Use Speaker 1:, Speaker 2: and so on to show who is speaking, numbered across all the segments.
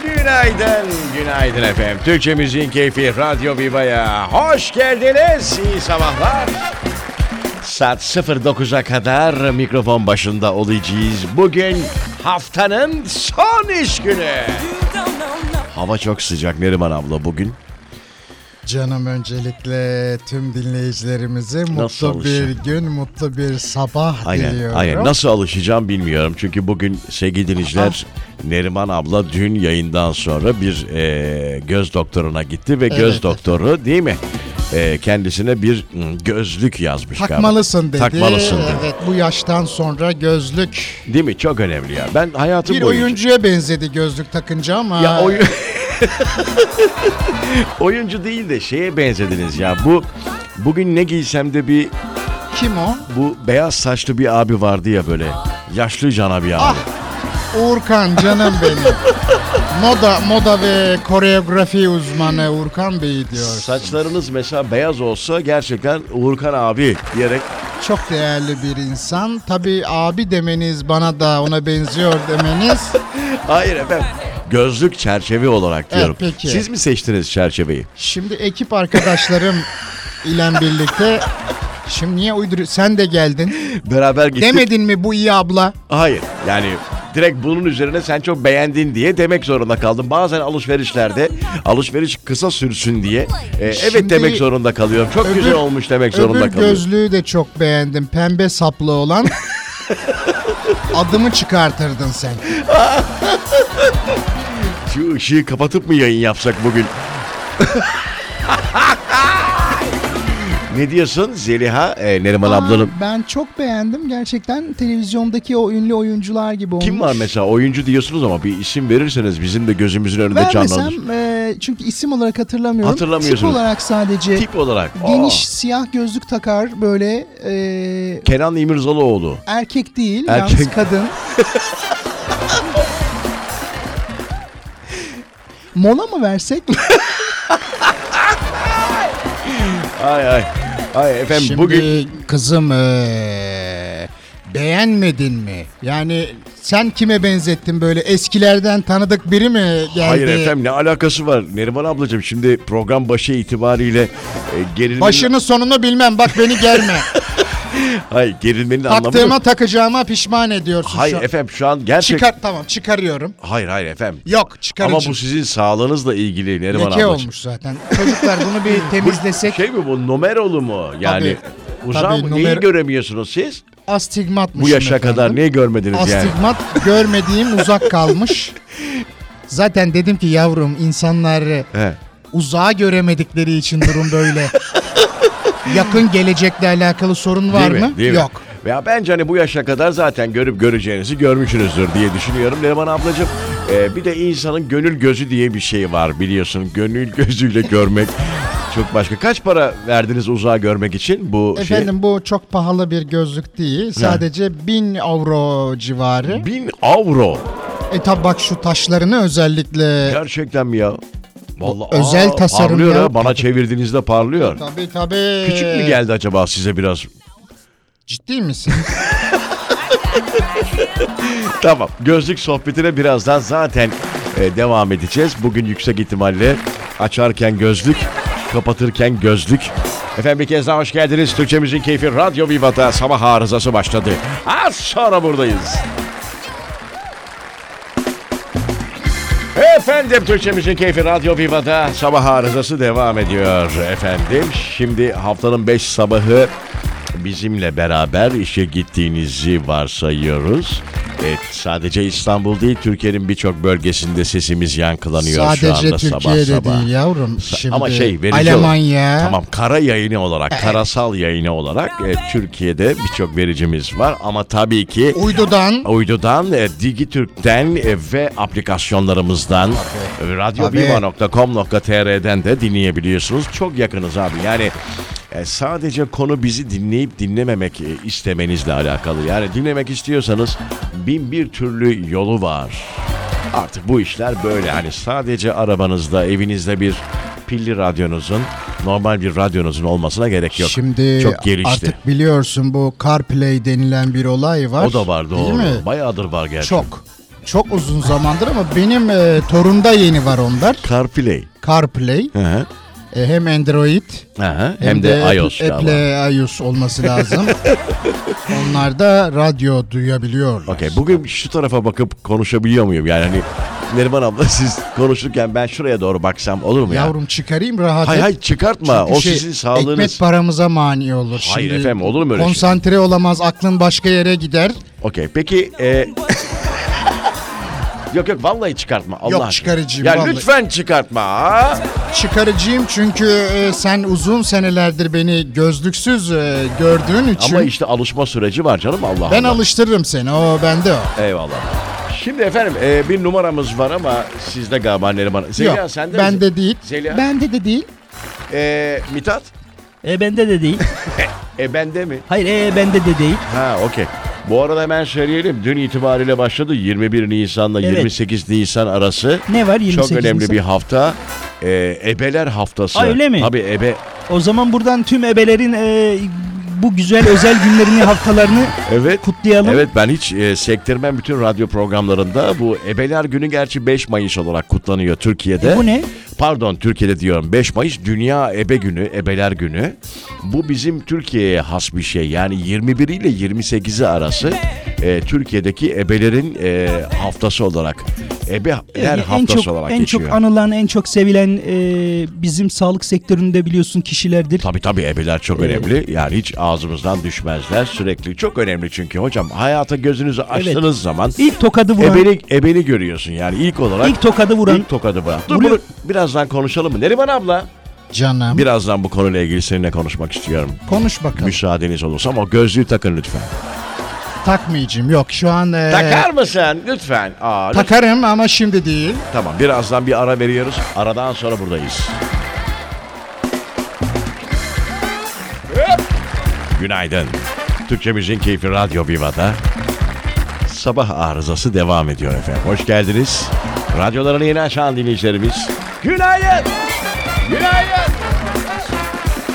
Speaker 1: Günaydın, günaydın efendim. Türkçe Müziğin Keyfi Radyo Viva'ya hoş geldiniz. İyi sabahlar. Saat 09'a kadar mikrofon başında olacağız. Bugün haftanın son iş günü. Hava çok sıcak Neriman abla bugün.
Speaker 2: Canım öncelikle tüm dinleyicilerimize
Speaker 1: Nasıl
Speaker 2: mutlu bir
Speaker 1: alışın?
Speaker 2: gün, mutlu bir sabah
Speaker 1: Aynen,
Speaker 2: diliyorum.
Speaker 1: aynen. Nasıl alışacağım bilmiyorum. Çünkü bugün sevgili dinleyiciler
Speaker 2: Ah.
Speaker 1: Neriman abla dün yayından sonra bir e, göz doktoruna gitti ve göz
Speaker 2: Evet.
Speaker 1: doktoru değil mi? E, kendisine bir mm, gözlük yazmış. galiba.
Speaker 2: Takmalısın dedi.
Speaker 1: Takmalısın dedi.
Speaker 2: Evet, bu yaştan sonra gözlük.
Speaker 1: Değil mi? Çok önemli ya. Ben hayatım
Speaker 2: Bir
Speaker 1: boyunca...
Speaker 2: oyuncuya benzedi gözlük takınca ama
Speaker 1: Ya oyun... oyuncu değil de şeye benzediniz ya. Bu bugün ne giysem de bir
Speaker 2: kim o?
Speaker 1: bu beyaz saçlı bir abi vardı ya böyle. Yaşlı cana bir abi.
Speaker 2: Ah! Uğurkan canım benim. moda moda ve koreografi uzmanı Uğurkan Bey diyor.
Speaker 1: Saçlarınız mesela beyaz olsa gerçekten Uğurkan abi diyerek
Speaker 2: Çok değerli bir insan. Tabii abi demeniz bana da ona benziyor demeniz.
Speaker 1: hayır efendim gözlük çerçeve olarak diyorum.
Speaker 2: Evet, peki.
Speaker 1: Siz mi seçtiniz çerçeveyi?
Speaker 2: Şimdi ekip arkadaşlarım ile birlikte Şimdi niye uyduruyor? Sen de geldin.
Speaker 1: Beraber gittik.
Speaker 2: Demedin mi bu iyi abla?
Speaker 1: Hayır yani direkt bunun üzerine sen çok beğendin diye demek zorunda kaldım. Bazen alışverişlerde alışveriş kısa sürsün diye e, evet
Speaker 2: Şimdi
Speaker 1: demek zorunda kalıyorum. Çok
Speaker 2: öbür-
Speaker 1: güzel olmuş demek zorunda
Speaker 2: Öbür
Speaker 1: kalıyorum.
Speaker 2: gözlüğü de çok beğendim. Pembe saplı olan. Adımı çıkartırdın sen.
Speaker 1: Şu ışığı kapatıp mı yayın yapsak bugün? ne diyorsun Zeliha e, Neriman ablanın?
Speaker 3: Aa, Ben çok beğendim. Gerçekten televizyondaki o ünlü oyuncular gibi olmuş.
Speaker 1: Kim var mesela oyuncu diyorsunuz ama bir isim verirseniz bizim de gözümüzün önünde canlanır.
Speaker 3: Vermesem e, çünkü isim olarak hatırlamıyorum.
Speaker 1: Hatırlamıyorsunuz.
Speaker 3: Tip olarak sadece
Speaker 1: Tip olarak.
Speaker 3: geniş
Speaker 1: Aa,
Speaker 3: siyah gözlük takar böyle e,
Speaker 1: Kenan İmirzalıoğlu.
Speaker 3: erkek değil
Speaker 1: Erkek.
Speaker 3: yalnız kadın. Mola mı versek?
Speaker 1: Ay ay. Ay efendim
Speaker 2: Şimdi
Speaker 1: bugün
Speaker 2: kızım eee, beğenmedin mi? Yani sen kime benzettin böyle eskilerden tanıdık biri mi geldi?
Speaker 1: Hayır efendim ne alakası var? Neriman ablacığım şimdi program başı itibariyle e, gerilmenin,
Speaker 2: Başını sonunu bilmem bak beni gelme.
Speaker 1: hayır, gerilmenin anlamı
Speaker 2: Taktığıma
Speaker 1: yok.
Speaker 2: takacağıma pişman ediyorsun
Speaker 1: Hayır
Speaker 2: şu an.
Speaker 1: efendim şu an gerçek...
Speaker 2: Çıkar tamam çıkarıyorum.
Speaker 1: Hayır hayır efendim.
Speaker 2: Yok
Speaker 1: Ama
Speaker 2: çıkarıcı.
Speaker 1: bu sizin sağlığınızla ilgili Neriman
Speaker 2: Leke
Speaker 1: ablacığım.
Speaker 2: olmuş zaten. Çocuklar bunu bir temizlesek
Speaker 1: Şey mi bu numaralı mu? Yani
Speaker 2: Tabii,
Speaker 1: uzak
Speaker 2: tabii,
Speaker 1: neyi
Speaker 2: numara-
Speaker 1: göremiyorsunuz siz?
Speaker 2: astigmatmış.
Speaker 1: Bu yaşa kadar neyi görmediniz yani?
Speaker 2: Astigmat görmediğim uzak kalmış. Zaten dedim ki yavrum insanlar
Speaker 1: He.
Speaker 2: uzağa göremedikleri için durum böyle. Yakın gelecekle alakalı sorun var
Speaker 1: Değil
Speaker 2: mı?
Speaker 1: mi? Değil mi?
Speaker 2: Yok.
Speaker 1: Ya bence hani bu yaşa kadar zaten görüp göreceğinizi görmüşsünüzdür diye düşünüyorum. Neriman ablacığım e, bir de insanın gönül gözü diye bir şey var biliyorsun. Gönül gözüyle görmek çok başka. Kaç para verdiniz uzağa görmek için bu
Speaker 2: Efendim bu çok pahalı bir gözlük değil. Sadece 1000 avro civarı.
Speaker 1: şey? Bin avro.
Speaker 2: E tabi bak şu taşlarını özellikle
Speaker 1: Gerçekten mi ya? Vallahi
Speaker 2: özel
Speaker 1: aa,
Speaker 2: tasarım
Speaker 1: parlıyor
Speaker 2: ya. Ee,
Speaker 1: ha. Bana çevirdiğinizde parlıyor.
Speaker 2: Tabii tabii.
Speaker 1: Küçük mü geldi acaba size biraz?
Speaker 2: Ciddi misin?
Speaker 1: Tamam. Gözlük sohbetine birazdan zaten e, devam edeceğiz. Bugün yüksek ihtimalle açarken gözlük, kapatırken gözlük. Efendim bir kez daha hoş geldiniz. Türkçemizin keyfi Radyo Viva'da sabah arızası başladı. Az sonra buradayız. Efendim Türkçemizin keyfi Radyo Viva'da sabah arızası devam ediyor efendim. Şimdi haftanın 5 sabahı bizimle beraber işe gittiğinizi varsayıyoruz. Evet, sadece İstanbul değil Türkiye'nin birçok bölgesinde sesimiz yankılanıyor şu
Speaker 2: Sadece
Speaker 1: anda
Speaker 2: Türkiye'de
Speaker 1: sabah sabah.
Speaker 2: değil yavrum. Şimdi
Speaker 1: Ama şey verici
Speaker 2: Almanya.
Speaker 1: olarak- Tamam kara yayını olarak, karasal yayını olarak e, Türkiye'de birçok vericimiz var. Ama tabii ki
Speaker 2: Uydudan.
Speaker 1: Uydudan, e, Digitürk'ten e, ve aplikasyonlarımızdan e, radyoviva.com.tr'den de dinleyebiliyorsunuz. Çok yakınız abi. Yani e, sadece konu bizi dinleyip dinlememek e, istemenizle alakalı. Yani dinlemek istiyorsanız bin bir türlü yolu var. Artık bu işler böyle. Hani sadece arabanızda, evinizde bir pilli radyonuzun, normal bir radyonuzun olmasına gerek yok.
Speaker 2: Şimdi
Speaker 1: Çok gelişti.
Speaker 2: artık biliyorsun bu CarPlay denilen bir olay var.
Speaker 1: o da var
Speaker 2: Değil
Speaker 1: doğru.
Speaker 2: mi?
Speaker 1: Bayağıdır var gerçi.
Speaker 2: Çok. çok uzun zamandır ama benim e, torunda yeni var onlar.
Speaker 1: CarPlay.
Speaker 2: CarPlay.
Speaker 1: Hı hı.
Speaker 2: E, hem Android
Speaker 1: Aha, hem, de, iOS
Speaker 2: Apple,
Speaker 1: galiba.
Speaker 2: Apple iOS olması lazım. onlar da radyo duyabiliyorlar.
Speaker 1: Okey bugün şu tarafa bakıp konuşabiliyor muyum? Yani hani Neriman abla siz konuşurken ben şuraya doğru baksam olur mu ya?
Speaker 2: Yavrum çıkarayım rahat
Speaker 1: Hay
Speaker 2: et.
Speaker 1: hay çıkartma.
Speaker 2: Çünkü
Speaker 1: o
Speaker 2: şey,
Speaker 1: sizin sağlığınız.
Speaker 2: Ekmek paramıza mani olur.
Speaker 1: Hayır efendim, olur mu öyle şey?
Speaker 2: Konsantre olamaz aklın başka yere gider.
Speaker 1: Okey peki e, Yok yok vallahi çıkartma Allah. aşkına.
Speaker 2: çıkarıcıyım,
Speaker 1: Ya
Speaker 2: vallahi.
Speaker 1: lütfen çıkartma. ha?
Speaker 2: Çıkarıcıyım çünkü e, sen uzun senelerdir beni gözlüksüz e, gördüğün için.
Speaker 1: Ama işte alışma süreci var canım Allah
Speaker 2: Ben
Speaker 1: Allah.
Speaker 2: alıştırırım seni. O bende o.
Speaker 1: Eyvallah. Şimdi efendim e, bir numaramız var ama sizde galiba Neriman. Zeliha
Speaker 2: Yok,
Speaker 1: sende mi?
Speaker 2: bende değil.
Speaker 1: Zeliha.
Speaker 3: Bende de değil.
Speaker 1: E, Mithat?
Speaker 4: E bende de değil.
Speaker 1: E bende mi?
Speaker 4: Hayır e bende de değil.
Speaker 1: Ha okey. Bu arada hemen söyleyelim. Dün itibariyle başladı. 21 Nisan'la
Speaker 4: Evet.
Speaker 1: 28 Nisan arası.
Speaker 4: Ne var 28
Speaker 1: Çok önemli
Speaker 4: Nisan?
Speaker 1: bir hafta. E, ebeler haftası.
Speaker 4: Aa, öyle mi?
Speaker 1: Tabii ebe.
Speaker 4: O zaman buradan tüm ebelerin e, bu güzel özel günlerini haftalarını
Speaker 1: Evet.
Speaker 4: kutlayalım.
Speaker 1: Evet ben hiç e, sektirmem bütün radyo programlarında bu ebeler günü gerçi 5 Mayıs olarak kutlanıyor Türkiye'de.
Speaker 4: E, bu ne?
Speaker 1: Pardon Türkiye'de diyorum 5 Mayıs Dünya Ebe Günü, Ebeler Günü. Bu bizim Türkiye'ye has bir şey. Yani 21 ile 28'i arası e, Türkiye'deki ebelerin e, haftası olarak ebeler
Speaker 4: Yani E, en
Speaker 1: haftası
Speaker 4: çok
Speaker 1: olarak
Speaker 4: en
Speaker 1: geçiyor.
Speaker 4: çok anılan, en çok sevilen e, bizim sağlık sektöründe biliyorsun kişilerdir.
Speaker 1: Tabii tabii ebeler çok önemli. Yani hiç ağzımızdan düşmezler sürekli. Çok önemli çünkü hocam hayata gözünüzü açtığınız zaman
Speaker 4: İlk tokadı vuran,
Speaker 1: ebeli, ebeli görüyorsun yani ilk olarak.
Speaker 4: ilk tokadı vuran
Speaker 1: İlk tokadı bırak. Dur
Speaker 4: Bunu-
Speaker 1: bunu birazdan konuşalım mı? Neriman abla.
Speaker 2: Canım.
Speaker 1: Birazdan bu konuyla ilgili seninle konuşmak istiyorum.
Speaker 2: Konuş bakalım.
Speaker 1: Müsaadeniz olursa ama gözlüğü takın lütfen. şey-
Speaker 2: Takmayacağım. Yok şu an e,
Speaker 1: Takar mısın lütfen? Aa, lütfen.
Speaker 2: takarım ama şimdi değil.
Speaker 1: Tamam birazdan bir ara veriyoruz. Aradan sonra buradayız. Hop. Günaydın. Türkçemizin keyfi Radyo Viva'da. Sabah arızası devam ediyor efendim. Hoş geldiniz. Radyolarını yeni açan dinleyicilerimiz. Günaydın. Günaydın.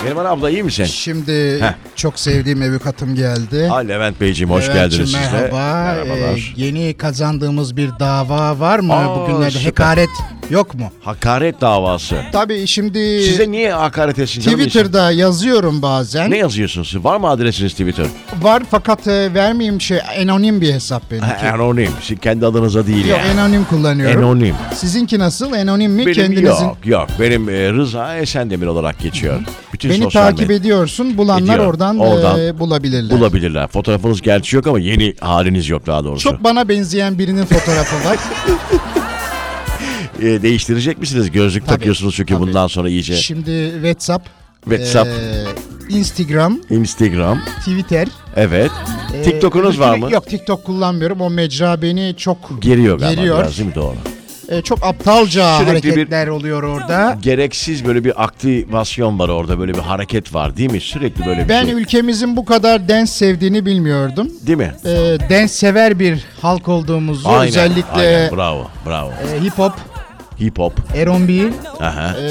Speaker 1: Neriman abla iyi misin?
Speaker 2: Şimdi
Speaker 1: Heh.
Speaker 2: çok sevdiğim evukatım geldi.
Speaker 1: Aa, Levent Beyciğim hoş
Speaker 2: Levent'ciğim,
Speaker 1: geldiniz siz de.
Speaker 2: Merhaba. E,
Speaker 1: Merhabalar.
Speaker 2: yeni kazandığımız bir dava var mı
Speaker 1: Aa,
Speaker 2: bugünlerde?
Speaker 1: süper.
Speaker 2: Hakaret yok mu?
Speaker 1: Hakaret davası.
Speaker 2: Tabii şimdi
Speaker 1: Size niye hakaret etsin? canım insan?
Speaker 2: Twitter'da yazıyorum bazen.
Speaker 1: Ne yazıyorsunuz? siz? Var mı adresiniz Twitter?
Speaker 2: Var fakat e, vermeyeyim şey anonim bir hesap benimki.
Speaker 1: Ha, Anonim. Siz kendi adınıza değil
Speaker 2: Yok
Speaker 1: yani.
Speaker 2: anonim kullanıyorum.
Speaker 1: Anonim.
Speaker 2: Sizinki nasıl? Anonim mi?
Speaker 1: Benim
Speaker 2: Kendinizin.
Speaker 1: yok yok. Benim e, Rıza Esendemir olarak geçiyor. Bütün
Speaker 2: Beni
Speaker 1: sosyal
Speaker 2: takip
Speaker 1: medya-
Speaker 2: ediyorsun. Bulanlar
Speaker 1: Ediyorum.
Speaker 2: oradan,
Speaker 1: Oradan
Speaker 2: e, bulabilirler.
Speaker 1: bulabilirler. Fotoğrafınız gerçi yok ama yeni haliniz yok daha doğrusu.
Speaker 2: Çok bana benzeyen birinin fotoğrafı var.
Speaker 1: E, değiştirecek misiniz? Gözlük
Speaker 2: Tabii,
Speaker 1: takıyorsunuz çünkü
Speaker 2: tabii.
Speaker 1: bundan sonra iyice.
Speaker 2: Şimdi WhatsApp,
Speaker 1: WhatsApp,
Speaker 2: e, Instagram,
Speaker 1: Instagram,
Speaker 2: Twitter.
Speaker 1: evet.
Speaker 2: e,
Speaker 1: TikTok'unuz var mı?
Speaker 2: Yok TikTok kullanmıyorum. O mecra beni çok
Speaker 1: Geriyor galiba
Speaker 2: Geriyor.
Speaker 1: biraz değil mi? Doğru.
Speaker 2: e, çok aptalca
Speaker 1: Sürekli bir-
Speaker 2: hareketler oluyor orada.
Speaker 1: Gereksiz böyle bir aktivasyon var orada. Böyle bir hareket var değil mi? Sürekli böyle bir
Speaker 2: Ben
Speaker 1: şey.
Speaker 2: ülkemizin bu kadar dans sevdiğini bilmiyordum.
Speaker 1: Değil mi?
Speaker 2: E, dans sever bir halk olduğumuzu
Speaker 1: Aynen,
Speaker 2: özellikle
Speaker 1: aynen. bravo bravo.
Speaker 2: e, hip hop,
Speaker 1: Hip hop.
Speaker 2: R&B,
Speaker 1: Aha.
Speaker 2: e,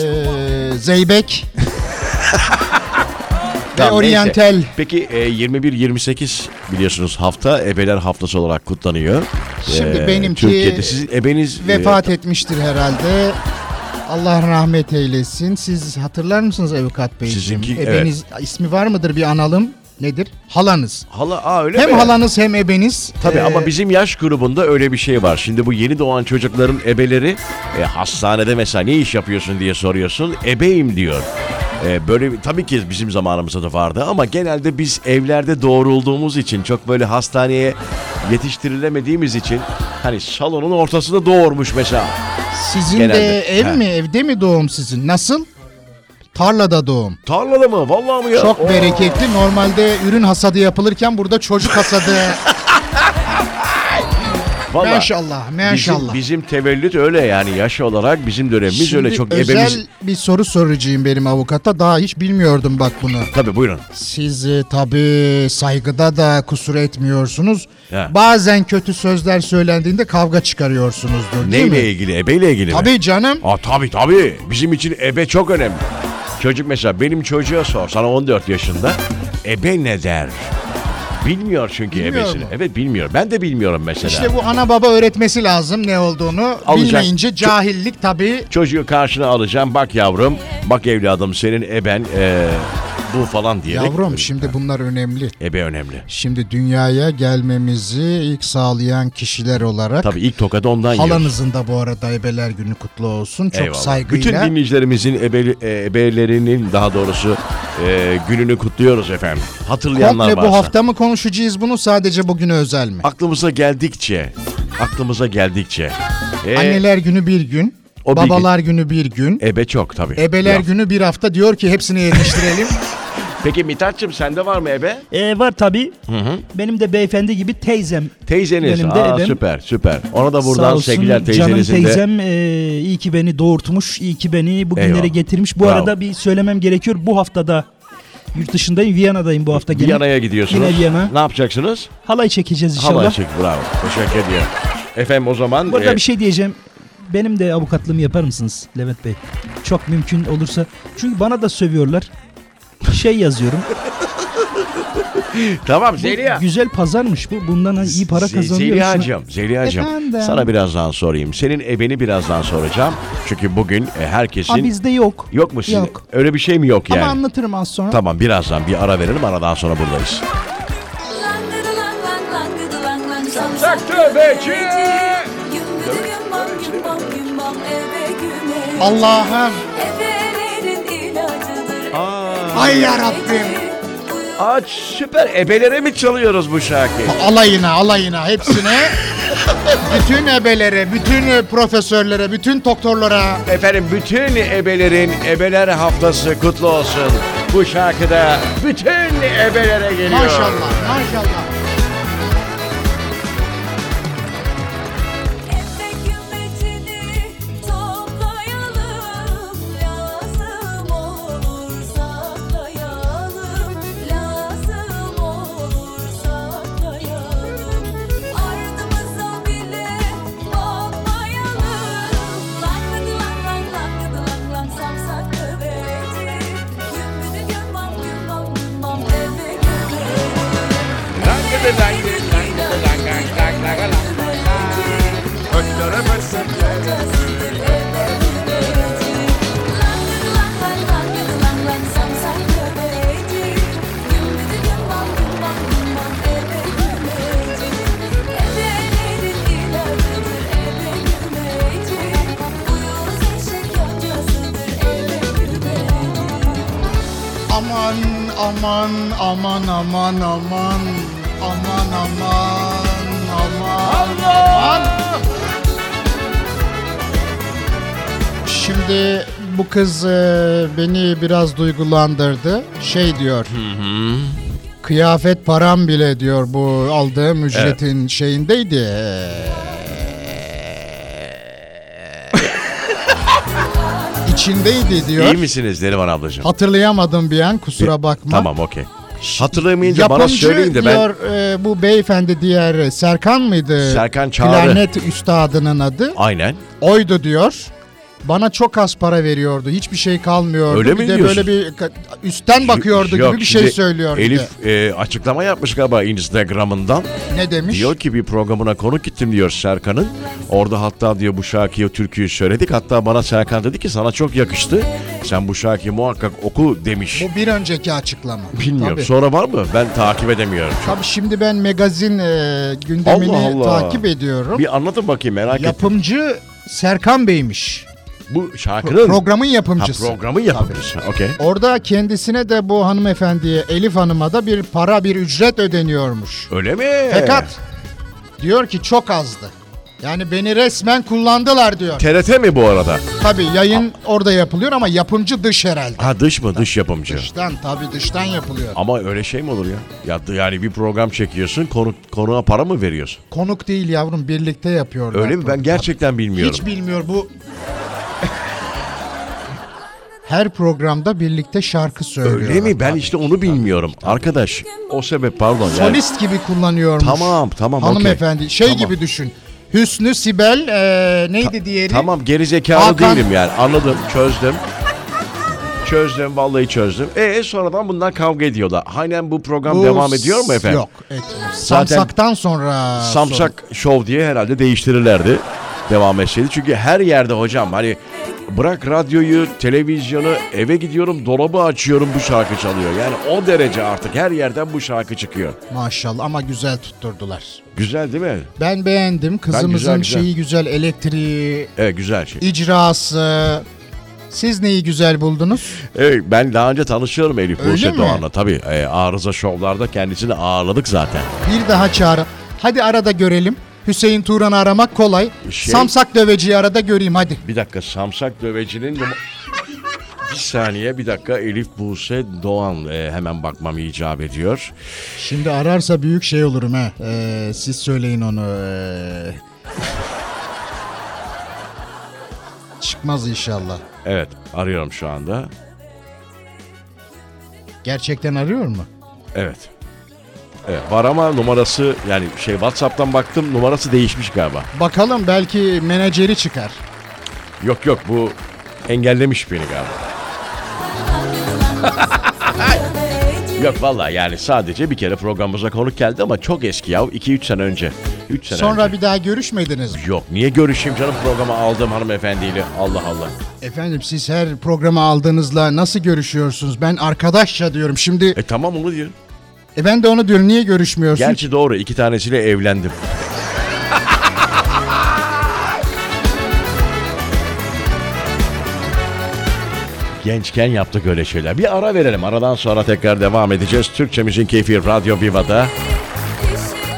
Speaker 2: zeybek ve
Speaker 1: Tamam,
Speaker 2: oryantal.
Speaker 1: neyse. Peki e, 21-28 biliyorsunuz hafta ebeler haftası olarak kutlanıyor.
Speaker 2: Şimdi
Speaker 1: E,
Speaker 2: benimki
Speaker 1: Türkiye'de sizin ebeniz e,
Speaker 2: Vefat etmiştir herhalde. Allah rahmet eylesin. Siz hatırlar mısınız Avukat Bey?
Speaker 1: Sizinki,
Speaker 2: ebeniz ismi var mıdır bir analım? Nedir? Halanız.
Speaker 1: Hala aa öyle
Speaker 2: Hem
Speaker 1: mi?
Speaker 2: halanız hem ebeniz.
Speaker 1: Tabii
Speaker 2: Ee,
Speaker 1: ama bizim yaş grubunda öyle bir şey var. Şimdi bu yeni doğan çocukların ebeleri e, hastanede mesela ne iş yapıyorsun diye soruyorsun. Ebeyim diyor. E, böyle bir- tabii ki bizim zamanımızda da vardı ama genelde biz evlerde doğrulduğumuz için çok böyle hastaneye yetiştirilemediğimiz için hani salonun ortasında doğurmuş mesela.
Speaker 2: sizin
Speaker 1: genelde.
Speaker 2: de ev
Speaker 1: Ha.
Speaker 2: mi? Evde mi doğum sizin? Nasıl? Tarlada doğum.
Speaker 1: Tarlada mı? Vallahi mı ya?
Speaker 2: Çok
Speaker 1: Oo.
Speaker 2: bereketli. Normalde ürün hasadı yapılırken burada çocuk hasadı.
Speaker 1: Vallahi.
Speaker 2: maşallah, maşallah.
Speaker 1: Bizim, bizim tevellüt öyle yani yaş olarak bizim dönemimiz öyle çok
Speaker 2: özel
Speaker 1: ebemiz.
Speaker 2: bir soru soracağım benim avukata. Daha hiç bilmiyordum bak bunu.
Speaker 1: Tabii buyurun.
Speaker 2: Siz e, tabii saygıda da kusur etmiyorsunuz.
Speaker 1: He.
Speaker 2: Bazen kötü sözler söylendiğinde kavga çıkarıyorsunuzdur değil
Speaker 1: Neyle
Speaker 2: mi?
Speaker 1: ilgili? Ebeyle ilgili mi?
Speaker 2: Tabii canım.
Speaker 1: Aa, tabii tabii. Bizim için ebe çok önemli. Çocuk mesela benim çocuğa sor. Sana 14 yaşında. Ebe ne der? Bilmiyor çünkü
Speaker 2: Bilmiyor
Speaker 1: ebesini.
Speaker 2: mu?
Speaker 1: Evet bilmiyor. Ben de bilmiyorum mesela.
Speaker 2: İşte bu ana baba öğretmesi lazım ne olduğunu.
Speaker 1: Alacak.
Speaker 2: Bilmeyince cahillik tabii.
Speaker 1: Çocuğu karşına alacağım. Bak yavrum, bak evladım senin eben eee, bu falan diyerek.
Speaker 2: Yavrum şimdi bunlar önemli.
Speaker 1: Ebe önemli.
Speaker 2: Şimdi dünyaya gelmemizi ilk sağlayan kişiler olarak
Speaker 1: Tabii ilk tokadı ondan yiyor.
Speaker 2: halanızın da bu arada ebeler günü kutlu olsun. Çok
Speaker 1: Eyvallah.
Speaker 2: saygıyla.
Speaker 1: Bütün dinleyicilerimizin ebeli- e, ebelerinin daha doğrusu e, gününü kutluyoruz efendim. Hatırlayanlar
Speaker 2: Komple
Speaker 1: varsa.
Speaker 2: bu hafta mı konuşacağız bunu sadece bugüne özel mi?
Speaker 1: Aklımıza geldikçe, aklımıza geldikçe. E,
Speaker 2: Anneler günü bir gün,
Speaker 1: o bir
Speaker 2: babalar günü bir gün,
Speaker 1: Ebe çok tabii.
Speaker 2: ebeler
Speaker 1: Ya.
Speaker 2: günü bir hafta diyor ki hepsini yetiştirelim.
Speaker 1: Peki Mithat'cığım sende var mı ebe?
Speaker 4: E, var tabii. Benim de beyefendi gibi teyzem.
Speaker 1: Teyzeniz.
Speaker 4: Benim de
Speaker 1: Aa,
Speaker 4: ebem.
Speaker 1: süper süper. Ona da
Speaker 4: Sağ
Speaker 1: buradan
Speaker 4: olsun
Speaker 1: sevgiler
Speaker 4: canım
Speaker 1: teyzenizin de.
Speaker 4: teyzem e, iyi ki beni doğurtmuş, iyi ki beni bugünlere
Speaker 1: Eyvallah.
Speaker 4: getirmiş. Bu
Speaker 1: Bravo.
Speaker 4: arada bir söylemem gerekiyor. Bu haftada yurt dışındayım, Viyana'dayım bu hafta. gelip
Speaker 1: Viyana'ya gidiyorsunuz.
Speaker 4: Yine Viyana.
Speaker 1: Ne yapacaksınız?
Speaker 4: Halay çekeceğiz inşallah.
Speaker 1: Halay çek. Bravo. Teşekkür ediyorum. Efendim o zaman
Speaker 4: Bu arada
Speaker 1: e,
Speaker 4: bir şey diyeceğim. Benim de avukatlığımı yapar mısınız Levent Bey? Çok mümkün olursa. Çünkü bana da sövüyorlar. Şey yazıyorum.
Speaker 1: tamam
Speaker 4: şey- Bu
Speaker 1: Zeliha.
Speaker 4: güzel pazarmış bu. Bundan hani iyi para
Speaker 1: Ze-
Speaker 4: kazanıyorsun.
Speaker 1: Zeliha'cığım, Zeliha'cığım
Speaker 3: Efendim?
Speaker 1: sana birazdan sorayım. Senin ebeni birazdan soracağım. Çünkü bugün e, herkesin...
Speaker 3: Aa, bizde yok.
Speaker 1: Yok mu sizin?
Speaker 3: Yok.
Speaker 1: Öyle bir şey mi yok yani?
Speaker 3: Ama anlatırım az sonra.
Speaker 1: Tamam birazdan bir ara verelim aradan sonra buradayız.
Speaker 5: Samsak tövbeci.
Speaker 2: Allah'ım ay yarabbim.
Speaker 1: Aa süper ebelere mi çalıyoruz bu şarkıyı?
Speaker 2: Alayına alayına hepsine. bütün ebelere, bütün profesörlere, bütün doktorlara.
Speaker 1: Efendim bütün ebelerin ebeler haftası kutlu olsun. Bu şarkıda bütün ebelere geliyor.
Speaker 2: Maşallah maşallah.
Speaker 5: Thank you
Speaker 2: Aman aman aman aman aman aman aman aman aman. Şimdi bu kız e, beni biraz duygulandırdı. Şey diyor. Kıyafet param bile diyor bu aldığım ücretin şeyindeydi. İçindeydi diyor.
Speaker 1: İyi misiniz Neriman ablacığım?
Speaker 2: Hatırlayamadım bir an kusura
Speaker 1: E,
Speaker 2: bakma.
Speaker 1: Tamam okey. Hatırlayamayınca bana söyleyin de ben...
Speaker 2: diyor e, bu beyefendi diğer e, Serkan mıydı?
Speaker 1: Serkan Çağrı.
Speaker 2: Klarnet üstadının adı.
Speaker 1: Aynen.
Speaker 2: Oydu diyor. Bana çok az para veriyordu. Hiçbir şey kalmıyordu.
Speaker 1: Öyle
Speaker 2: bir
Speaker 1: mi
Speaker 2: de
Speaker 1: diyorsun?
Speaker 2: böyle bir ka- üstten bakıyordu
Speaker 1: Yok,
Speaker 2: gibi bir şey
Speaker 1: şimdi
Speaker 2: söylüyordu.
Speaker 1: Elif e, açıklama yapmış galiba Instagram'ından.
Speaker 2: ne demiş?
Speaker 1: Diyor ki bir programına konuk gittim diyor Serkan'ın. Orada hatta diyor bu şarkıyı türküyü söyledik. Hatta bana Serkan dedi ki sana çok yakıştı. Sen bu şarkıyı muhakkak oku demiş.
Speaker 2: Bu bir önceki açıklama.
Speaker 1: Bilmiyorum.
Speaker 2: Tabii.
Speaker 1: Sonra var mı? Ben takip edemiyorum.
Speaker 2: Tabii şimdi ben magazin e, gündemini
Speaker 1: Allah Allah.
Speaker 2: takip ediyorum.
Speaker 1: Bir anlatın bakayım merak ettim.
Speaker 2: Yapımcı Serkan Bey'miş.
Speaker 1: Bu şarkının
Speaker 2: Programın
Speaker 1: ha,
Speaker 2: yapımcısı.
Speaker 1: programı yapmış. Okey.
Speaker 2: Orada kendisine de bu hanımefendiye Elif Hanım'a da bir para bir ücret ödeniyormuş.
Speaker 1: Öyle mi?
Speaker 2: Fakat diyor ki çok azdı. Yani beni resmen kullandılar diyor.
Speaker 1: TRT mi bu arada?
Speaker 2: Tabii yayın orada yapılıyor ama yapımcı dış herhalde.
Speaker 1: Ha dış mı? Dış yapımcı.
Speaker 2: Dıştan tabii dıştan yapılıyor.
Speaker 1: Ama öyle şey mi olur ya? ya yani bir program çekiyorsun, konuk, konuğa para mı veriyorsun?
Speaker 2: Konuk değil yavrum birlikte yapıyorlar.
Speaker 1: Öyle mi? Ben gerçekten bilmiyorum.
Speaker 2: Hiç bilmiyor bu. Her programda birlikte şarkı söylüyor.
Speaker 1: Öyle mi? Ben işte onu bilmiyorum. Arkadaş o sebep pardon. yani-
Speaker 2: Solist gibi kullanıyormuş.
Speaker 1: Tamam tamam okey.
Speaker 2: Hanımefendi şey
Speaker 1: Tamam.
Speaker 2: gibi düşün. Hüsnü Sibel e, neydi diğeri?
Speaker 1: Tamam geri zekalı
Speaker 2: Hakan-
Speaker 1: değilim yani anladım çözdüm. Çözdüm vallahi çözdüm. E sonradan bunlar kavga ediyorlar. Aynen bu program
Speaker 2: Bu
Speaker 1: devam ediyor mu efendim?
Speaker 2: Yok. etmiyor.
Speaker 1: Zaten-
Speaker 2: Samsak'tan sonra
Speaker 1: Samsak Show diye herhalde değiştirirlerdi. Devam etseydi. Çünkü her yerde hocam hani bırak radyoyu, televizyonu, eve gidiyorum, dolabı açıyorum bu şarkı çalıyor. Yani o derece artık her yerden bu şarkı çıkıyor.
Speaker 2: sorun. Maşallah ama güzel tutturdular.
Speaker 1: Güzel değil mi?
Speaker 2: Ben beğendim. Kızımızın
Speaker 1: güzel, güzel.
Speaker 2: şeyi güzel, elektriği,
Speaker 1: Evet güzel şey.
Speaker 2: icrası. Siz neyi güzel buldunuz?
Speaker 1: Evet ben daha önce tanışıyorum Elif
Speaker 2: Öyle
Speaker 1: Buse
Speaker 2: mi?
Speaker 1: Doğan'la. Tabii e, arıza şovlarda kendisini ağırladık zaten.
Speaker 2: Bir daha çağırın. Hadi arada görelim. Hüseyin Turan'ı aramak kolay.
Speaker 1: Şey-
Speaker 2: Samsak döveciyi arada göreyim hadi.
Speaker 1: Bir dakika Samsak Döveci'nin... numa- Bir saniye bir dakika Elif Buse Doğan e, hemen bakmam icap ediyor.
Speaker 2: Şimdi ararsa büyük şey olurum he. Ee, siz söyleyin onu. ee. Çıkmaz inşallah.
Speaker 1: Evet arıyorum şu anda.
Speaker 2: Gerçekten arıyor mu?
Speaker 1: Evet. Evet, var ama numarası yani şey WhatsApp'tan baktım numarası değişmiş galiba.
Speaker 2: Bakalım belki menajeri çıkar.
Speaker 1: Yok yok bu engellemiş beni galiba. Yok vallahi yani sadece bir kere programımıza konuk geldi ama çok eski yav 2-3 sene önce. 3 sene
Speaker 2: Sonra
Speaker 1: önce.
Speaker 2: bir daha görüşmediniz mi?
Speaker 1: Yok niye görüşeyim canım programa aldığım hanımefendiyle Allah Allah.
Speaker 2: Efendim siz her programa aldığınızla nasıl görüşüyorsunuz? Ben arkadaşça diyorum. Şimdi
Speaker 1: E tamam onu diyor.
Speaker 2: e ben de onu diyorum. Niye görüşmüyorsun?
Speaker 1: Gerçi doğru iki tanesiyle evlendim. Gençken yaptık öyle şeyler. Bir ara verelim. Aradan sonra tekrar devam edeceğiz. Türkçemizin keyfi Radyo Viva'da.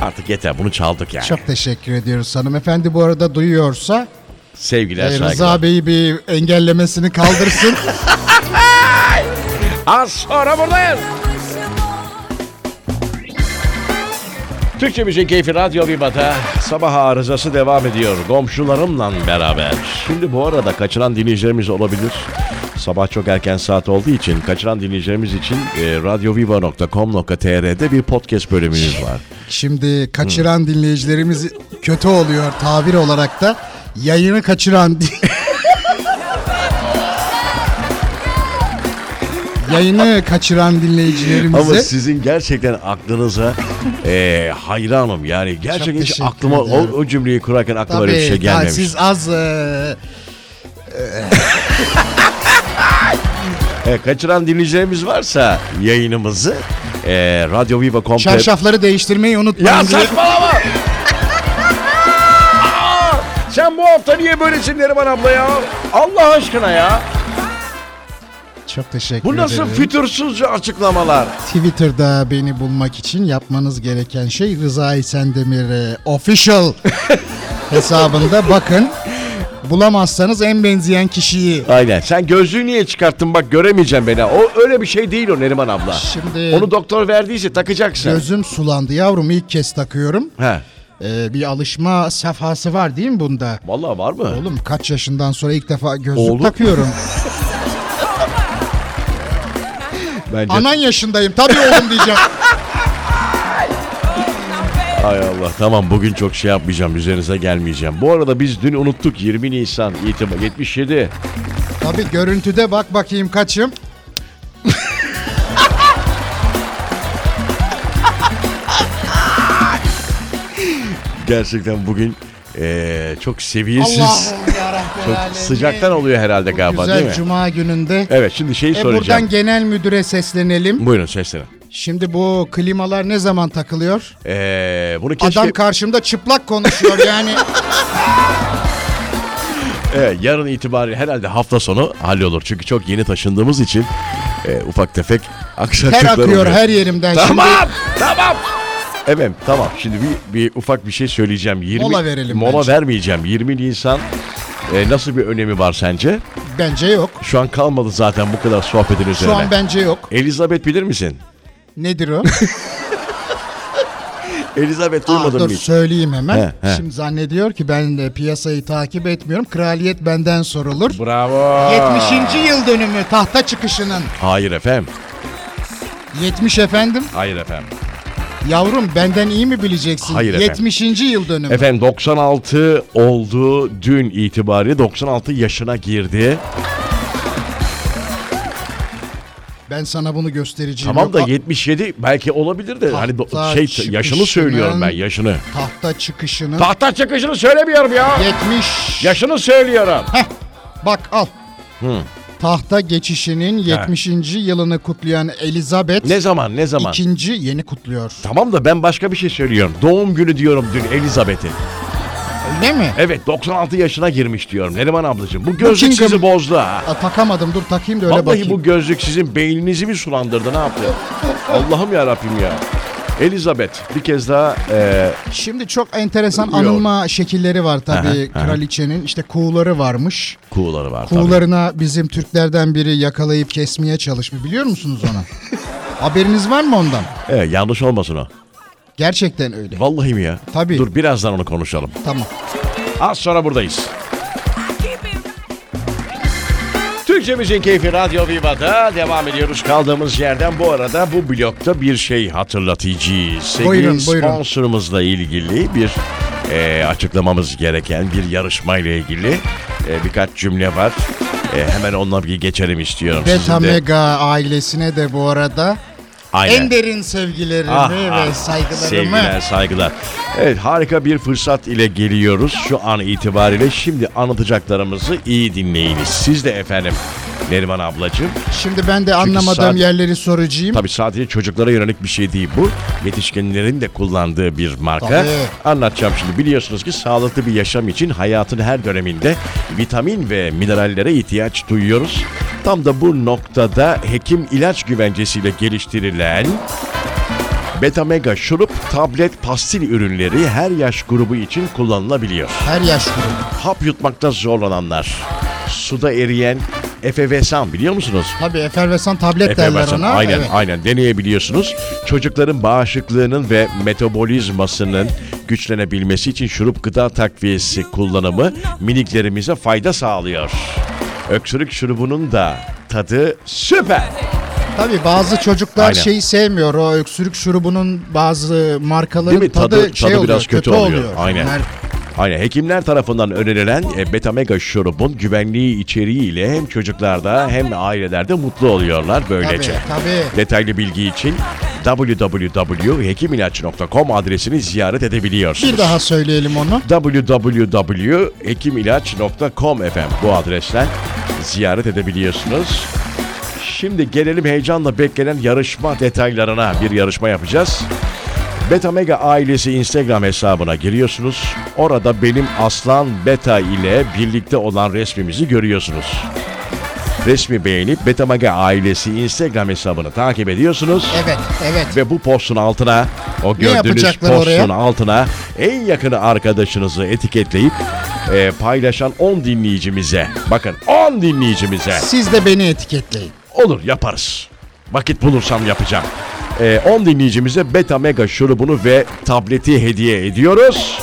Speaker 1: Artık yeter bunu çaldık yani.
Speaker 2: Çok teşekkür ediyoruz hanımefendi. Bu arada duyuyorsa
Speaker 1: Sevgiler
Speaker 2: e,
Speaker 1: saygılar.
Speaker 2: Rıza Bey'i bir engellemesini kaldırsın.
Speaker 1: Az sonra buradayız. Türkçemizin keyfi Radyo Viva'da sabah arızası devam ediyor. Komşularımla beraber. Şimdi bu arada kaçıran dinleyicilerimiz olabilir. Sabah çok erken saat olduğu için kaçıran dinleyicilerimiz için e, radyoviva.com.tr'de bir podcast bölümümüz var.
Speaker 2: Şimdi kaçıran dinleyicilerimiz kötü oluyor tabir olarak da yayını kaçıran di- yayını kaçıran
Speaker 1: Ama
Speaker 2: dinleyicilerimize
Speaker 1: sizin gerçekten aklınıza e, hayranım yani. Gerçekten
Speaker 2: Çok
Speaker 1: hiç
Speaker 2: teşekkür
Speaker 1: aklıma o,
Speaker 2: ediyorum.
Speaker 1: o cümleyi kurarken aklıma
Speaker 2: tabii
Speaker 1: öyle bir şey
Speaker 2: daha
Speaker 1: gelmemiş.
Speaker 2: siz az eee,
Speaker 1: E, kaçıran dinleyicilerimiz varsa yayınımızı e, Radyo Viva komple...
Speaker 2: çarşafları değiştirmeyi unutmayın.
Speaker 1: Ya
Speaker 2: diye-
Speaker 1: saçmalama! Aa, Sen bu hafta niye böylesin Neriman abla ya? Allah aşkına ya.
Speaker 2: Çok teşekkür
Speaker 1: Bu nasıl
Speaker 2: ederim.
Speaker 1: fütursuzca açıklamalar?
Speaker 2: Twitter'da beni bulmak için yapmanız gereken şey Rıza İsendemir e, official hesabında bakın. Bulamazsanız en benzeyen kişiyi
Speaker 1: Aynen. Sen gözlüğü niye çıkarttın bak göremeyeceğim beni. O öyle bir şey değil o Neriman abla.
Speaker 2: Şimdi-
Speaker 1: Onu doktor verdiyse takacaksın.
Speaker 2: Gözüm sulandı yavrum ilk kez takıyorum.
Speaker 1: He.
Speaker 2: Ee, bir alışma safhası var değil mi bunda?
Speaker 1: Vallahi var mı?
Speaker 2: Oğlum kaç yaşından sonra ilk defa gözlük
Speaker 1: Oğlum.
Speaker 2: takıyorum.
Speaker 1: Bence.
Speaker 2: Anan yaşındayım tabii oğlum diyeceğim.
Speaker 1: Ay Allah tamam bugün çok şey yapmayacağım üzerinize gelmeyeceğim. Bu arada biz dün unuttuk 20 Nisan itibar 77.
Speaker 2: tabii görüntüde bak bakayım kaçım.
Speaker 1: Gerçekten bugün eee, çok seviyesiz.
Speaker 2: Allah'ım yarabbim.
Speaker 1: Çok
Speaker 2: alemin.
Speaker 1: sıcaktan oluyor herhalde galiba
Speaker 2: Güzel
Speaker 1: değil mi?
Speaker 2: cuma gününde.
Speaker 1: Evet şimdi şeyi
Speaker 2: E
Speaker 1: soracağım.
Speaker 2: buradan genel müdüre seslenelim.
Speaker 1: Buyurun seslenin.
Speaker 2: Şimdi bu klimalar ne zaman takılıyor?
Speaker 1: Eee bunu keşke
Speaker 2: Adam karşımda çıplak konuşuyor yani.
Speaker 1: Evet, yarın itibariyle herhalde hafta sonu hallolur. Çünkü çok yeni taşındığımız için eee, ufak tefek aksaklıklar
Speaker 2: Ter
Speaker 1: oluyor.
Speaker 2: akıyor her yerimden.
Speaker 1: Tamam
Speaker 2: Şimdi
Speaker 1: tamam. Evet tamam şimdi bir, bir ufak bir şey söyleyeceğim. 20,
Speaker 2: Mola verelim
Speaker 1: Mola
Speaker 2: bence.
Speaker 1: vermeyeceğim. 20 Nisan e, nasıl bir önemi var sence?
Speaker 2: bence yok.
Speaker 1: Şu an kalmadı zaten bu kadar sohbetin üzerine.
Speaker 2: Şu an bence yok.
Speaker 1: Elizabeth bilir misin?
Speaker 2: Nedir o?
Speaker 1: Elizabeth
Speaker 2: Aa,
Speaker 1: duymadın
Speaker 2: Ah, dur
Speaker 1: mı hiç?
Speaker 2: söyleyeyim hemen.
Speaker 1: He, he.
Speaker 2: Şimdi zannediyor ki ben de piyasayı takip etmiyorum. Kraliyet benden sorulur.
Speaker 1: Bravo.
Speaker 2: 70. yıl dönümü tahta çıkışının.
Speaker 1: Hayır efendim.
Speaker 2: 70 efendim.
Speaker 1: Hayır efendim.
Speaker 2: Yavrum benden iyi mi bileceksin?
Speaker 1: Hayır efendim.
Speaker 2: 70. yıl dönümü.
Speaker 1: Efendim 96 oldu dün itibariyle 96 yaşına girdi.
Speaker 2: Ben sana bunu göstereceğim.
Speaker 1: Tamam
Speaker 2: Yok,
Speaker 1: da
Speaker 2: a-
Speaker 1: 77 belki olabilir de hani do-
Speaker 2: Tahta
Speaker 1: şey yaşını
Speaker 2: çıkışının-
Speaker 1: söylüyorum ben yaşını.
Speaker 2: tahta çıkışının
Speaker 1: Tahta çıkışını söylemiyorum ya.
Speaker 2: 70
Speaker 1: Yaşını söylüyorum.
Speaker 2: Bak al. Tahta geçişinin 70. yılını kutlayan Elizabeth
Speaker 1: Ne zaman ne zaman?
Speaker 2: ikinci yeni kutluyor.
Speaker 1: Tamam da ben başka bir şey söylüyorum. Doğum günü diyorum dün Elizabeth'in.
Speaker 2: Öyle mi?
Speaker 1: Evet 96 yaşına girmiş diyorum Neriman ablacığım. Bu gözlük
Speaker 2: Buckingham-
Speaker 1: sizi bozdu ha.
Speaker 2: Aa, takamadım dur takayım da öyle
Speaker 1: E- Vallahi
Speaker 2: bakayım.
Speaker 1: bu gözlük sizin beyninizi mi sulandırdı ne yaptı? Allah'ım ya Rabbim ya. Elizabeth bir kez daha e,
Speaker 2: Şimdi çok enteresan
Speaker 1: Yok.
Speaker 2: anılma şekilleri var tabii kraliçenin. işte kuğuları varmış.
Speaker 1: kuğuları var tabii.
Speaker 2: Kuğularına bizim Türklerden biri yakalayıp kesmeye çalışmış. Biliyor musunuz onu? Haberiniz var mı ondan?
Speaker 1: E, yanlış olmasın o.
Speaker 2: Gerçekten öyle.
Speaker 1: Vallahi mi ya?
Speaker 2: Tabii.
Speaker 1: Dur birazdan onu konuşalım.
Speaker 2: Tamam.
Speaker 1: Az sonra buradayız. Türkçemizin keyfi Radyo Viva'da devam ediyoruz. Kaldığımız yerden bu arada bu blokta bir şey hatırlatacağız. Sevgili
Speaker 2: Buyurun, buyurun.
Speaker 1: sponsorumuzla ilgili bir e, açıklamamız gereken bir yarışmayla ilgili e, birkaç cümle var. E, hemen onunla bir geçelim istiyorum.
Speaker 2: Beta
Speaker 1: sizin de.
Speaker 2: Mega ailesine de bu arada
Speaker 1: Aynen.
Speaker 2: en derin sevgilerimi
Speaker 1: Ah,
Speaker 2: ve
Speaker 1: ah,
Speaker 2: saygılarımı
Speaker 1: Sevgiler, saygılar. Evet harika bir fırsat ile geliyoruz şu an itibariyle. Şimdi anlatacaklarımızı iyi dinleyiniz. Siz de efendim Neriman ablacığım.
Speaker 2: Şimdi ben de anlamadığım
Speaker 1: saat-
Speaker 2: yerleri soracağım.
Speaker 1: Tabii sadece çocuklara yönelik bir şey değil bu. Yetişkinlerin de kullandığı bir marka.
Speaker 2: Tabii.
Speaker 1: Anlatacağım şimdi. Biliyorsunuz ki sağlıklı bir yaşam için hayatın her döneminde vitamin ve minerallere ihtiyaç duyuyoruz. Tam da bu noktada hekim ilaç güvencesiyle geliştirilen Beta Mega şurup, tablet, pastil ürünleri her yaş grubu için kullanılabiliyor
Speaker 2: Her yaş grubu.
Speaker 1: hap yutmakta zorlananlar, suda eriyen efevesan biliyor musunuz?
Speaker 2: Tabii efervesan tablet derler
Speaker 1: Efevesan
Speaker 2: ona.
Speaker 1: aynen
Speaker 2: Evet.
Speaker 1: aynen deneyebiliyorsunuz. Çocukların bağışıklığının ve metabolizmasının güçlenebilmesi için şurup gıda takviyesi kullanımı miniklerimize fayda sağlıyor. Öksürük şurubunun da tadı süper.
Speaker 2: Tabii bazı çocuklar
Speaker 1: Aynen.
Speaker 2: şeyi sevmiyor. O öksürük şurubunun bazı markaların
Speaker 1: Değil mi?
Speaker 2: tadı,
Speaker 1: Tadı- tadı
Speaker 2: şey
Speaker 1: biraz
Speaker 2: oluyor,
Speaker 1: kötü oluyor. Aynen.
Speaker 2: Bunlar-
Speaker 1: Aynen hekimler tarafından önerilen e, beta mega şurubun güvenliği içeriğiyle hem çocuklarda hem ailelerde mutlu oluyorlar
Speaker 2: Tabii,
Speaker 1: böylece.
Speaker 2: tabii.
Speaker 1: Detaylı bilgi için www.hekimilaç.com adresini ziyaret edebiliyorsunuz.
Speaker 2: Bir daha söyleyelim onu.
Speaker 1: www.hekimilaç.com efendim bu adresten ziyaret edebiliyorsunuz. Şimdi gelelim heyecanla beklenen yarışma detaylarına. Bir yarışma yapacağız. Beta Mega ailesi Instagram hesabına giriyorsunuz. Orada benim aslan Beta ile birlikte olan resmimizi görüyorsunuz. Resmi beğenip Beta Mega ailesi Instagram hesabını takip ediyorsunuz.
Speaker 2: Evet, evet.
Speaker 1: Ve bu postun altına o gördüğünüz
Speaker 2: yapacaklar
Speaker 1: postun
Speaker 2: oraya?
Speaker 1: altına en yakını arkadaşınızı etiketleyip e, paylaşan 10 dinleyicimize bakın 10 dinleyicimize
Speaker 2: Siz de beni etiketleyin.
Speaker 1: olur yaparız. Vakit bulursam yapacağım. E, 10 dinleyicimize Beta Mega şurubunu ve tableti hediye ediyoruz.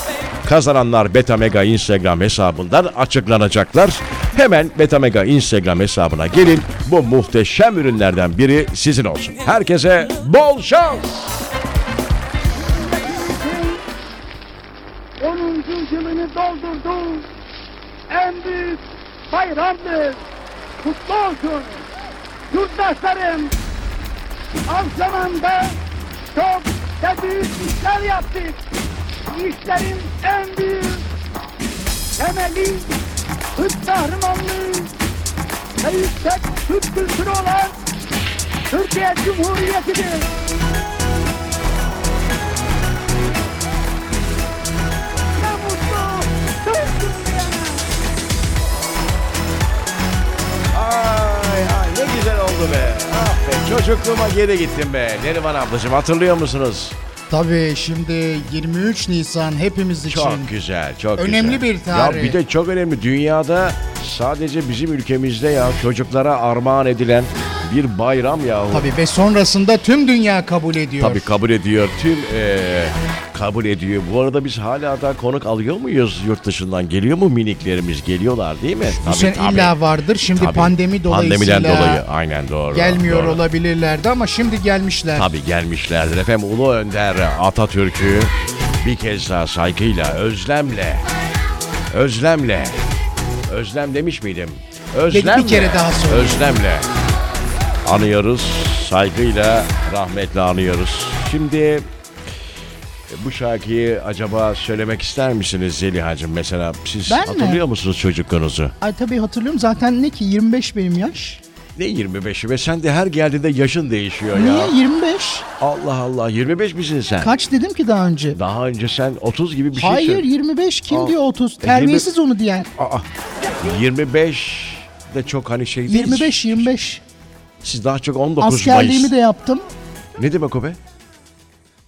Speaker 1: Kazananlar Beta Mega Instagram hesabından açıklanacaklar. Hemen Beta Mega Instagram hesabına gelin. Bu muhteşem ürünlerden biri sizin olsun. Herkese bol şans.
Speaker 6: 10. yılını doldurdu. En büyük bayramdır. Kutlu olsun. Yurttaşlarım, az zamanda çok ve büyük işler yaptık. İşlerin en büyük temeli Türk kahramanlığı ve yüksek Türk kültürü olan Türkiye Cumhuriyeti'dir. Ne mutlu Türk Cumhuriyeti'ne.
Speaker 1: Ay ay ne güzel oldu be. Ah be çocukluğuma geri gittim be. Neriman ablacığım hatırlıyor musunuz?
Speaker 2: Tabii şimdi 23 Nisan hepimiz için.
Speaker 1: Çok güzel çok
Speaker 2: Önemli
Speaker 1: güzel.
Speaker 2: bir tarih.
Speaker 1: Ya bir de çok önemli dünyada sadece bizim ülkemizde ya çocuklara armağan edilen bir bayram yahu.
Speaker 2: Tabii ve sonrasında tüm dünya kabul ediyor.
Speaker 1: Tabii kabul ediyor tüm eee, kabul ediyor. Bu arada biz hala da konuk alıyor muyuz yurt dışından? Geliyor mu miniklerimiz? Geliyorlar değil mi?
Speaker 2: Bu sene illa vardır. Şimdi
Speaker 1: Tabii.
Speaker 2: pandemi dolayısıyla
Speaker 1: Pandemiden dolayı aynen doğru.
Speaker 2: gelmiyor
Speaker 1: doğru.
Speaker 2: olabilirlerdi ama şimdi gelmişler.
Speaker 1: Tabii gelmişlerdir efendim Ulu Önder Atatürk'ü bir kez daha saygıyla, özlemle, özlemle, özlem demiş miydim? Özlemle,
Speaker 2: kere daha söyle.
Speaker 1: Özlemle, anıyoruz. Saygıyla rahmetle anıyoruz. Şimdi bu şarkıyı acaba söylemek ister misiniz Zeliha'cığım? Mesela siz
Speaker 3: Ben mi?
Speaker 1: hatırlıyor musunuz çocukluğunuzu?
Speaker 3: Ay tabii hatırlıyorum zaten ne ki 25 benim yaş.
Speaker 1: Ne 25'i ve sen de her geldiğinde yaşın değişiyor ya.
Speaker 3: Niye 25?
Speaker 1: Allah Allah 25 misin sen?
Speaker 3: Kaç dedim ki daha önce?
Speaker 1: Daha önce sen 30 gibi bir şey
Speaker 3: Hayır
Speaker 1: söyledin.
Speaker 3: 25 kim
Speaker 1: Aa,
Speaker 3: diyor 30?
Speaker 1: e, yirmi-
Speaker 3: Terbiyesiz onu diyen.
Speaker 1: Aa, 25 de çok hani şey değil.
Speaker 3: 25 25.
Speaker 1: Siz daha çok 19
Speaker 3: Askerliğimi
Speaker 1: Mayıs.
Speaker 3: de yaptım.
Speaker 1: Ne demek o be?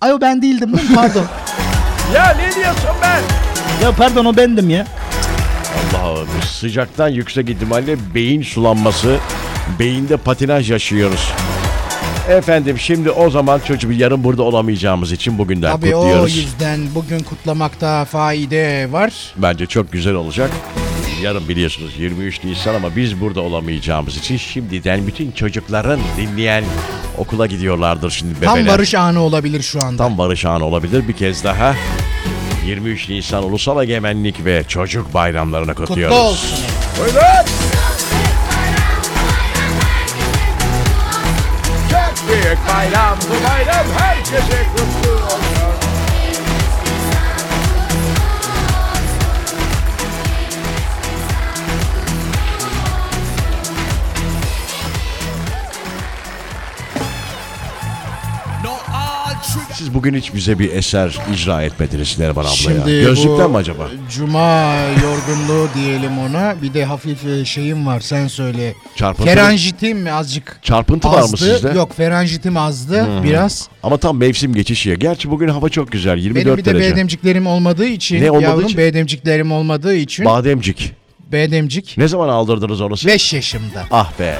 Speaker 3: Ay o ben değildim değil mi? Pardon.
Speaker 4: Ya pardon o bendim ya.
Speaker 1: Allah'ım sıcaktan yüksek ihtimalle beyin sulanması, beyinde patinaj yaşıyoruz. Efendim şimdi o zaman çocuğu yarın burada olamayacağımız için bugünden
Speaker 2: Tabii o
Speaker 1: kutluyoruz.
Speaker 2: yüzden bugün kutlamakta faide var.
Speaker 1: Bence çok güzel olacak. Yarın biliyorsunuz 23 Nisan ama biz burada olamayacağımız için şimdiden bütün çocukların dinleyen okula gidiyorlardır şimdi bebeler.
Speaker 2: Tam barış anı olabilir şu anda.
Speaker 1: Tam barış anı olabilir bir kez daha. 23 Nisan Ulusal Egemenlik ve Çocuk Bayramlarını
Speaker 2: Kutlu
Speaker 1: kutluyoruz.
Speaker 2: olsun.
Speaker 1: Siz bugün hiç bize bir eser icra etmediniz Neriman abla
Speaker 2: Şimdi
Speaker 1: ya. Gözlükten
Speaker 2: bu
Speaker 1: mi acaba?
Speaker 2: Cuma yorgunluğu diyelim ona. Bir de hafif e, şeyim var sen söyle.
Speaker 1: Çarpıntı,
Speaker 2: Feranjitim azıcık
Speaker 1: çarpıntı var mı
Speaker 2: azdı.
Speaker 1: sizde?
Speaker 2: Yok feranjitim azdı biraz.
Speaker 1: Ama tam mevsim geçişi ya. Gerçi bugün hava çok güzel. 24
Speaker 2: Benim bir de
Speaker 1: derece.
Speaker 2: bademciklerim olmadığı için.
Speaker 1: Ne olmadığı
Speaker 2: yavrum,
Speaker 1: için?
Speaker 2: Bademciklerim olmadığı için.
Speaker 1: Bademcik.
Speaker 2: bademcik.
Speaker 1: Ne zaman aldırdınız onu siz?
Speaker 2: 5 yaşımda.
Speaker 1: Ah be.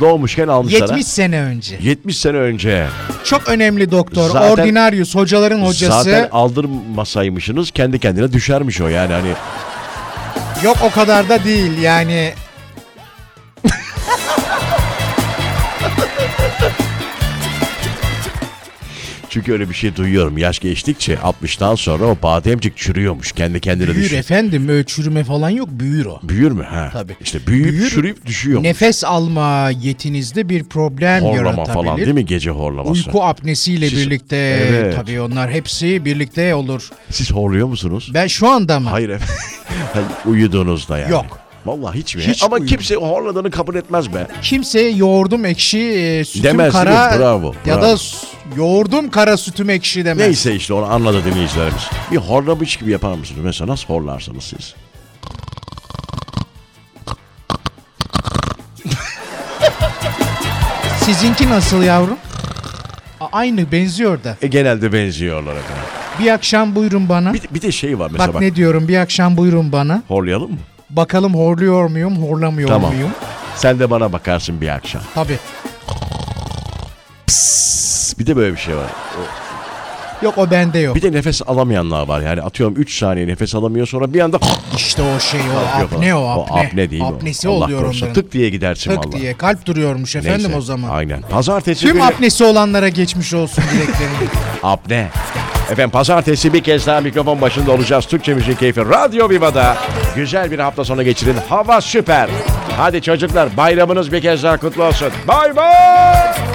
Speaker 1: Doğmuşken almışlar
Speaker 2: 70
Speaker 1: ha.
Speaker 2: sene önce.
Speaker 1: 70 sene önce.
Speaker 2: Çok önemli doktor.
Speaker 1: Zaten-
Speaker 2: Ordinarius hocaların hocası.
Speaker 1: Zaten aldırmasaymışsınız kendi kendine düşermiş o yani hani.
Speaker 2: Yok o kadar da değil yani.
Speaker 1: Çünkü öyle bir şey duyuyorum. Yaş geçtikçe 60'tan sonra o bademcik çürüyormuş. Kendi kendine
Speaker 2: Büyür
Speaker 1: düşüyor.
Speaker 2: efendim öyle çürüme falan yok büyür o.
Speaker 1: Büyür mü? Ha.
Speaker 2: Tabii.
Speaker 1: İşte büyüyüp
Speaker 2: Büyür.
Speaker 1: çürüyüp düşüyor.
Speaker 2: Nefes alma yetinizde bir problem
Speaker 1: Horlama
Speaker 2: yaratabilir.
Speaker 1: falan değil mi gece horlaması?
Speaker 2: Uyku apnesiyle
Speaker 1: Siz-
Speaker 2: birlikte
Speaker 1: Evet.
Speaker 2: tabii onlar hepsi birlikte olur.
Speaker 1: Siz horluyor musunuz?
Speaker 2: Ben şu anda mı?
Speaker 1: Hayır efendim. Hayır, Uyuduğunuzda yani.
Speaker 2: Yok.
Speaker 1: Vallahi hiç mi?
Speaker 2: Hiç
Speaker 1: Ama
Speaker 2: uyudum.
Speaker 1: kimse horladığını kabul etmez be.
Speaker 2: Kimseye yoğurdum ekşi e, sütüm
Speaker 1: Demez değil mi?
Speaker 2: kara
Speaker 1: Bravo,
Speaker 2: ya
Speaker 1: bravo.
Speaker 2: da s- yoğurdum kara sütüm ekşi demez.
Speaker 1: Neyse işte onu anladı dinleyicilerimiz. Bir horlamış gibi yapar mısınız? Mesela nasıl horlarsınız siz?
Speaker 2: Sizinki nasıl yavrum? A- aynı benziyor da.
Speaker 1: E, genelde benziyorlar efendim.
Speaker 2: Bir akşam buyurun bana.
Speaker 1: Bir, bir de şey var mesela
Speaker 2: bak,
Speaker 1: bak.
Speaker 2: ne diyorum bir akşam buyurun bana.
Speaker 1: Horlayalım mı?
Speaker 2: Bakalım horluyor muyum horlamıyor
Speaker 1: Tamam.
Speaker 2: muyum?
Speaker 1: Sen de bana bakarsın bir akşam.
Speaker 2: Tabii.
Speaker 1: Pıs, Bir de böyle bir şey var.
Speaker 2: Yok o bende yok.
Speaker 1: Bir de nefes alamayanlar var. Yani atıyorum 3 saniye nefes alamıyor sonra bir anda
Speaker 2: İşte o şey o
Speaker 1: kalkıyor falan.
Speaker 2: apne o apne.
Speaker 1: değil
Speaker 2: Apnesi
Speaker 1: o. Allah
Speaker 2: oluyor
Speaker 1: korusun.
Speaker 2: onların.
Speaker 1: Tık diye gidersin
Speaker 2: Tık
Speaker 1: valla.
Speaker 2: diye kalp duruyormuş efendim
Speaker 1: Neyse.
Speaker 2: o zaman.
Speaker 1: Aynen. Pazartesi
Speaker 2: Tüm
Speaker 1: günü.
Speaker 2: apnesi olanlara geçmiş olsun dileklerim.
Speaker 1: Apne. Efendim pazartesi bir kez daha mikrofon başında olacağız. Türkçe Müzik Keyfi Radyo Viva'da. Güzel bir hafta sonu geçirin. Hava süper. Hadi çocuklar bayramınız bir kez daha kutlu olsun. Bay bay.